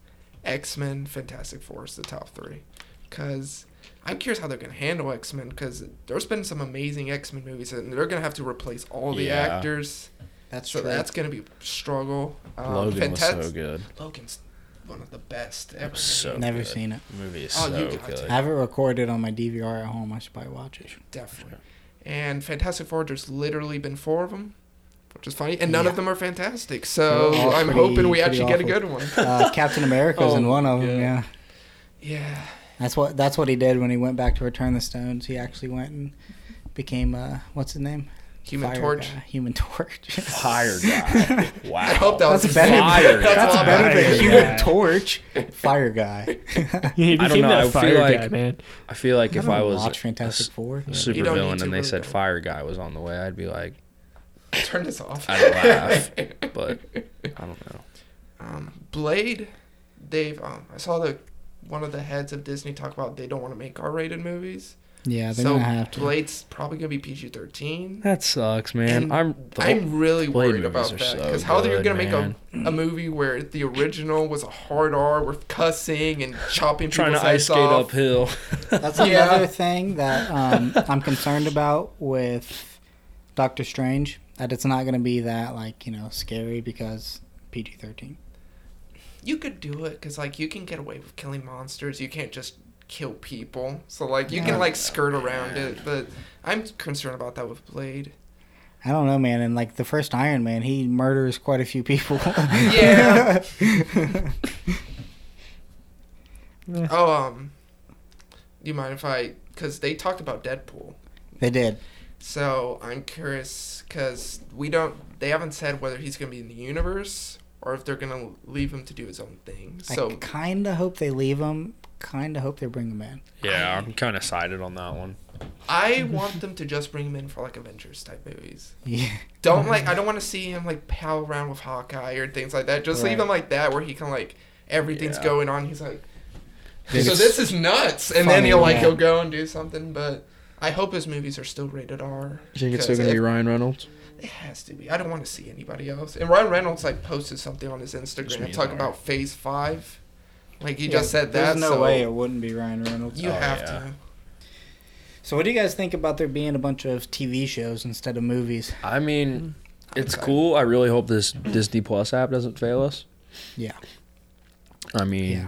[SPEAKER 5] X Men, Fantastic Four is the top three, because I'm curious how they're gonna handle X Men because there's been some amazing X Men movies and they're gonna have to replace all the
[SPEAKER 4] Yeah.
[SPEAKER 5] actors,
[SPEAKER 1] That's
[SPEAKER 5] so that's gonna be a struggle. Um,
[SPEAKER 4] Logan
[SPEAKER 5] Fantas-
[SPEAKER 4] was so good.
[SPEAKER 5] Logan's one of the best ever.
[SPEAKER 4] So
[SPEAKER 1] Never
[SPEAKER 4] good.
[SPEAKER 1] seen it.
[SPEAKER 4] The movie is
[SPEAKER 5] Oh,
[SPEAKER 4] so
[SPEAKER 5] you got
[SPEAKER 4] good.
[SPEAKER 1] I have it recorded on my DVR at home. I should probably watch
[SPEAKER 4] [LAUGHS]
[SPEAKER 1] it.
[SPEAKER 5] Definitely. And Fantastic Four, there's literally been four of them, which is funny, and none
[SPEAKER 1] Yeah.
[SPEAKER 5] of them are fantastic. So
[SPEAKER 1] They're all
[SPEAKER 5] I'm
[SPEAKER 1] pretty-
[SPEAKER 5] hoping we
[SPEAKER 1] pretty
[SPEAKER 5] actually get a
[SPEAKER 1] awful.
[SPEAKER 5] good one.
[SPEAKER 1] Uh, Captain America's in
[SPEAKER 5] Oh,
[SPEAKER 1] one of them.
[SPEAKER 5] yeah.
[SPEAKER 1] Yeah,
[SPEAKER 5] Yeah.
[SPEAKER 1] that's what that's what he did when he went back to Return the Stones. He actually went and became uh, what's his name?
[SPEAKER 5] Human
[SPEAKER 1] Fire
[SPEAKER 5] Torch.
[SPEAKER 1] guy. Human [LAUGHS] Torch. [LAUGHS]
[SPEAKER 4] Fire guy. Wow.
[SPEAKER 5] I hope that was
[SPEAKER 1] That's better.
[SPEAKER 4] Fire
[SPEAKER 5] That's
[SPEAKER 4] guy.
[SPEAKER 5] a
[SPEAKER 1] That's
[SPEAKER 5] lot
[SPEAKER 1] better
[SPEAKER 3] Fire
[SPEAKER 1] than
[SPEAKER 3] guy.
[SPEAKER 1] Human
[SPEAKER 5] [LAUGHS]
[SPEAKER 1] Torch. Fire guy. [LAUGHS]
[SPEAKER 3] Yeah, he
[SPEAKER 4] I don't
[SPEAKER 3] became
[SPEAKER 4] know,
[SPEAKER 3] that
[SPEAKER 4] I feel
[SPEAKER 3] fire
[SPEAKER 4] like-
[SPEAKER 3] guy, man.
[SPEAKER 4] I feel like if
[SPEAKER 1] don't
[SPEAKER 4] I was
[SPEAKER 1] watch
[SPEAKER 4] a, a
[SPEAKER 1] Fantastic Four,
[SPEAKER 5] You
[SPEAKER 4] super
[SPEAKER 5] don't need
[SPEAKER 4] villain
[SPEAKER 5] to
[SPEAKER 4] and they
[SPEAKER 5] really
[SPEAKER 4] said
[SPEAKER 5] go.
[SPEAKER 4] fire guy was on the way, I'd be like,
[SPEAKER 5] [LAUGHS] Turn this off.
[SPEAKER 4] I'd laugh. but I don't know.
[SPEAKER 5] Um, Blade, they've. Um, I saw the one of the heads of Disney talk about they don't want to make R-rated movies.
[SPEAKER 1] yeah, they're
[SPEAKER 5] so
[SPEAKER 1] gonna have to.
[SPEAKER 5] Blade's probably gonna be PG-13.
[SPEAKER 4] That sucks, man.
[SPEAKER 5] And
[SPEAKER 4] I'm
[SPEAKER 5] I'm really
[SPEAKER 4] Blade
[SPEAKER 5] worried
[SPEAKER 4] movies
[SPEAKER 5] about
[SPEAKER 4] are
[SPEAKER 5] that
[SPEAKER 4] so
[SPEAKER 5] because how are you
[SPEAKER 4] good,
[SPEAKER 5] gonna make a,
[SPEAKER 4] man.
[SPEAKER 5] a movie where the original was a hard R with cussing and chopping
[SPEAKER 4] trying
[SPEAKER 5] people's
[SPEAKER 4] to ice
[SPEAKER 5] heads
[SPEAKER 4] skate
[SPEAKER 5] off?
[SPEAKER 4] uphill.
[SPEAKER 5] [LAUGHS]
[SPEAKER 1] That's
[SPEAKER 5] Yeah.
[SPEAKER 1] another thing that um, [LAUGHS] I'm concerned about with Doctor Strange. That it's not gonna be that like you know scary because PG-13.
[SPEAKER 5] You could do it because like you can get away with killing monsters. You can't just kill people. So like you
[SPEAKER 1] Yeah.
[SPEAKER 5] can like skirt around it. But I'm concerned about that with Blade.
[SPEAKER 1] I don't know, man. And like the first Iron Man, he murders quite a few people.
[SPEAKER 5] [LAUGHS] Yeah. Oh, um, do you mind if I? Because they talked about Deadpool,
[SPEAKER 1] [LAUGHS] they did.
[SPEAKER 5] so I'm curious because we don't. They haven't said whether he's gonna be in the universe or if they're gonna leave him to do his own thing.
[SPEAKER 1] I
[SPEAKER 5] So
[SPEAKER 1] kind of hope they leave him. Kind of hope they bring him in. [LAUGHS]
[SPEAKER 4] yeah, I'm kind of sided on that one.
[SPEAKER 5] I want them to just bring him in for like Avengers type movies.
[SPEAKER 1] Yeah.
[SPEAKER 5] Don't like. I don't want to see him like pal around with Hawkeye or things like that. Just leave
[SPEAKER 1] Right.
[SPEAKER 5] him like that where he can like everything's
[SPEAKER 4] Yeah.
[SPEAKER 5] going on. He's like,
[SPEAKER 1] Then
[SPEAKER 5] so
[SPEAKER 1] it's
[SPEAKER 5] this is nuts, and then
[SPEAKER 1] funny,
[SPEAKER 5] he'll like
[SPEAKER 1] yeah.
[SPEAKER 5] he'll go and do something. But I hope his movies are still rated R.
[SPEAKER 4] You think
[SPEAKER 5] it's still gonna be
[SPEAKER 4] Ryan Reynolds?
[SPEAKER 5] It has to be. I don't want to see anybody else. And Ryan Reynolds like posted something on his
[SPEAKER 4] Just
[SPEAKER 5] Instagram
[SPEAKER 4] me
[SPEAKER 5] talking
[SPEAKER 4] and
[SPEAKER 5] about Phase Five. Like he
[SPEAKER 1] Yeah,
[SPEAKER 5] just said
[SPEAKER 1] There's
[SPEAKER 5] that.
[SPEAKER 1] no
[SPEAKER 5] so
[SPEAKER 1] way it wouldn't be Ryan Reynolds.
[SPEAKER 5] You
[SPEAKER 4] Oh,
[SPEAKER 5] have
[SPEAKER 4] yeah.
[SPEAKER 5] to.
[SPEAKER 1] So, what do you guys think about there being a bunch of TV shows instead of movies?
[SPEAKER 4] I mean, it's
[SPEAKER 5] Okay.
[SPEAKER 4] cool. I really hope this Disney Plus app doesn't fail us.
[SPEAKER 1] Yeah.
[SPEAKER 4] I mean,
[SPEAKER 1] Yeah.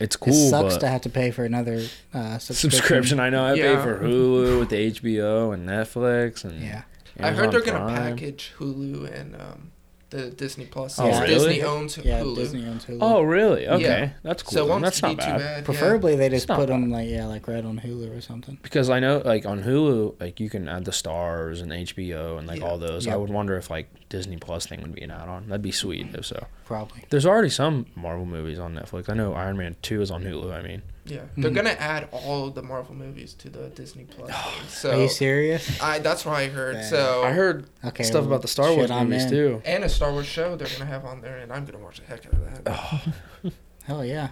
[SPEAKER 4] it's
[SPEAKER 1] it
[SPEAKER 4] cool,
[SPEAKER 1] sucks
[SPEAKER 4] but
[SPEAKER 1] to have to pay for another uh, subscription.
[SPEAKER 4] subscription. I know I pay
[SPEAKER 5] Yeah.
[SPEAKER 4] for Hulu with HBO and Netflix and
[SPEAKER 1] Yeah.
[SPEAKER 5] I heard they're
[SPEAKER 4] Amazon
[SPEAKER 5] gonna
[SPEAKER 4] Prime.
[SPEAKER 5] package Hulu and um, the Disney Plus.
[SPEAKER 4] Oh,
[SPEAKER 5] It's
[SPEAKER 4] really?
[SPEAKER 5] Disney owns
[SPEAKER 1] Yeah,
[SPEAKER 5] Hulu.
[SPEAKER 1] Disney owns Hulu.
[SPEAKER 4] Oh, really? Okay,
[SPEAKER 5] Yeah.
[SPEAKER 4] that's cool.
[SPEAKER 5] So it
[SPEAKER 4] then.
[SPEAKER 5] won't
[SPEAKER 4] that's
[SPEAKER 5] be
[SPEAKER 4] not
[SPEAKER 5] too
[SPEAKER 4] bad.
[SPEAKER 5] bad.
[SPEAKER 1] Preferably they
[SPEAKER 4] It's
[SPEAKER 1] just
[SPEAKER 4] not
[SPEAKER 1] put them like yeah, like right on Hulu or something.
[SPEAKER 4] Because I know, like on Hulu, like you can add the stars and HBO and like
[SPEAKER 5] Yeah.
[SPEAKER 4] all those.
[SPEAKER 1] Yeah.
[SPEAKER 4] I would wonder if like Disney Plus thing would be an add-on. That'd be sweet if so.
[SPEAKER 1] Probably.
[SPEAKER 4] There's already some Marvel movies on Netflix. I know Iron Man Two is on Hulu. I mean,
[SPEAKER 5] Yeah, yeah. they're
[SPEAKER 1] Mhm.
[SPEAKER 5] gonna add all the Marvel movies to the Disney Plus.
[SPEAKER 4] Oh,
[SPEAKER 5] thing.
[SPEAKER 1] Are you
[SPEAKER 5] so
[SPEAKER 1] serious?
[SPEAKER 5] I that's what I heard.
[SPEAKER 1] Dang.
[SPEAKER 5] So
[SPEAKER 4] I heard
[SPEAKER 1] Okay.
[SPEAKER 4] stuff about the Star
[SPEAKER 1] shit,
[SPEAKER 4] Wars
[SPEAKER 1] I'm
[SPEAKER 4] movies
[SPEAKER 1] in.
[SPEAKER 4] too.
[SPEAKER 5] and a Star Wars show they're gonna have on there, and I'm gonna watch the heck out
[SPEAKER 4] [LAUGHS]
[SPEAKER 5] of that.
[SPEAKER 1] Hell yeah.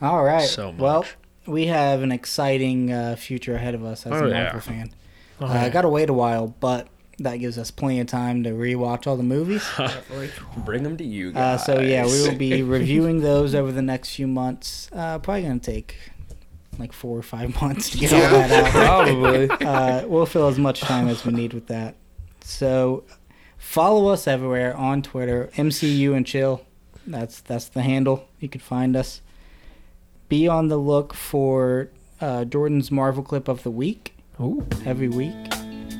[SPEAKER 1] All right.
[SPEAKER 4] So much.
[SPEAKER 1] Well, we have an exciting uh, future ahead of us as
[SPEAKER 4] Oh,
[SPEAKER 1] a
[SPEAKER 4] yeah.
[SPEAKER 1] Marvel fan.
[SPEAKER 3] Oh,
[SPEAKER 1] Uh, I got to wait a while, but that gives us plenty of time to rewatch all the movies.
[SPEAKER 5] Definitely.
[SPEAKER 4] Bring them to you
[SPEAKER 1] Uh,
[SPEAKER 4] guys.
[SPEAKER 1] so yeah, we will
[SPEAKER 4] [LAUGHS]
[SPEAKER 1] be reviewing those over the next few months. Uh, probably gonna take like four or five [LAUGHS] months to get all
[SPEAKER 5] Yeah.
[SPEAKER 1] that out.
[SPEAKER 4] probably.
[SPEAKER 1] Uh, we'll fill as much time as we need with that. So follow us everywhere on Twitter, MCU and Chill. That's that's the handle. You can find us. Be on the look for uh, Jordan's Marvel clip of the week
[SPEAKER 3] Ooh.
[SPEAKER 1] every week.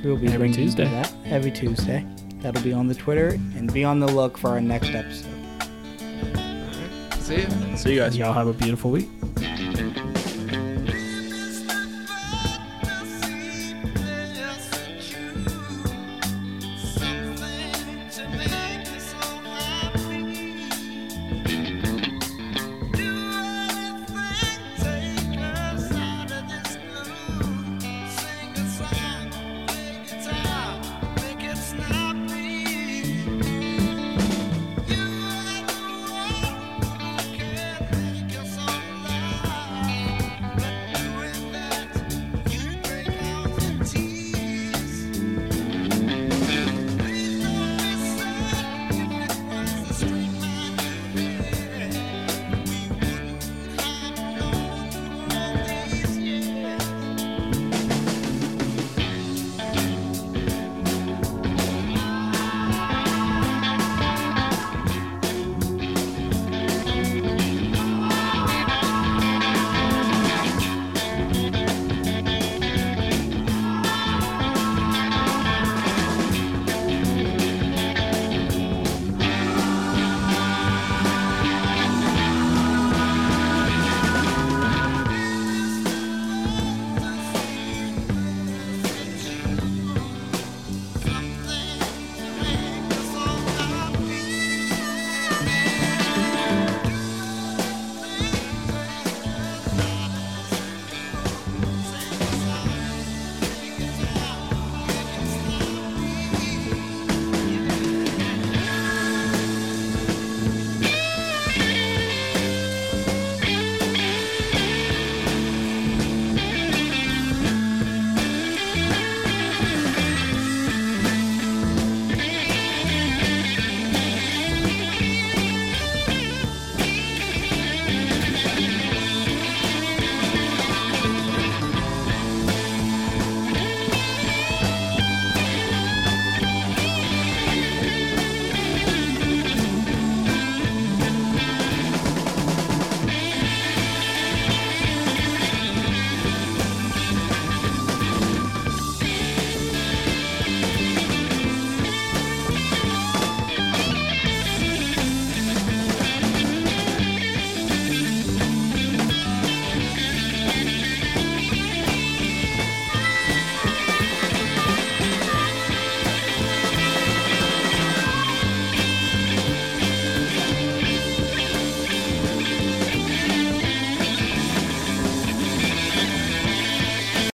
[SPEAKER 1] We'll be
[SPEAKER 3] Every
[SPEAKER 1] bringing you
[SPEAKER 3] Tuesday.
[SPEAKER 1] that every Tuesday. That'll be on the Twitter, and be on the look for our next episode.
[SPEAKER 5] See ya.
[SPEAKER 4] See you guys.
[SPEAKER 3] Y'all have a beautiful week.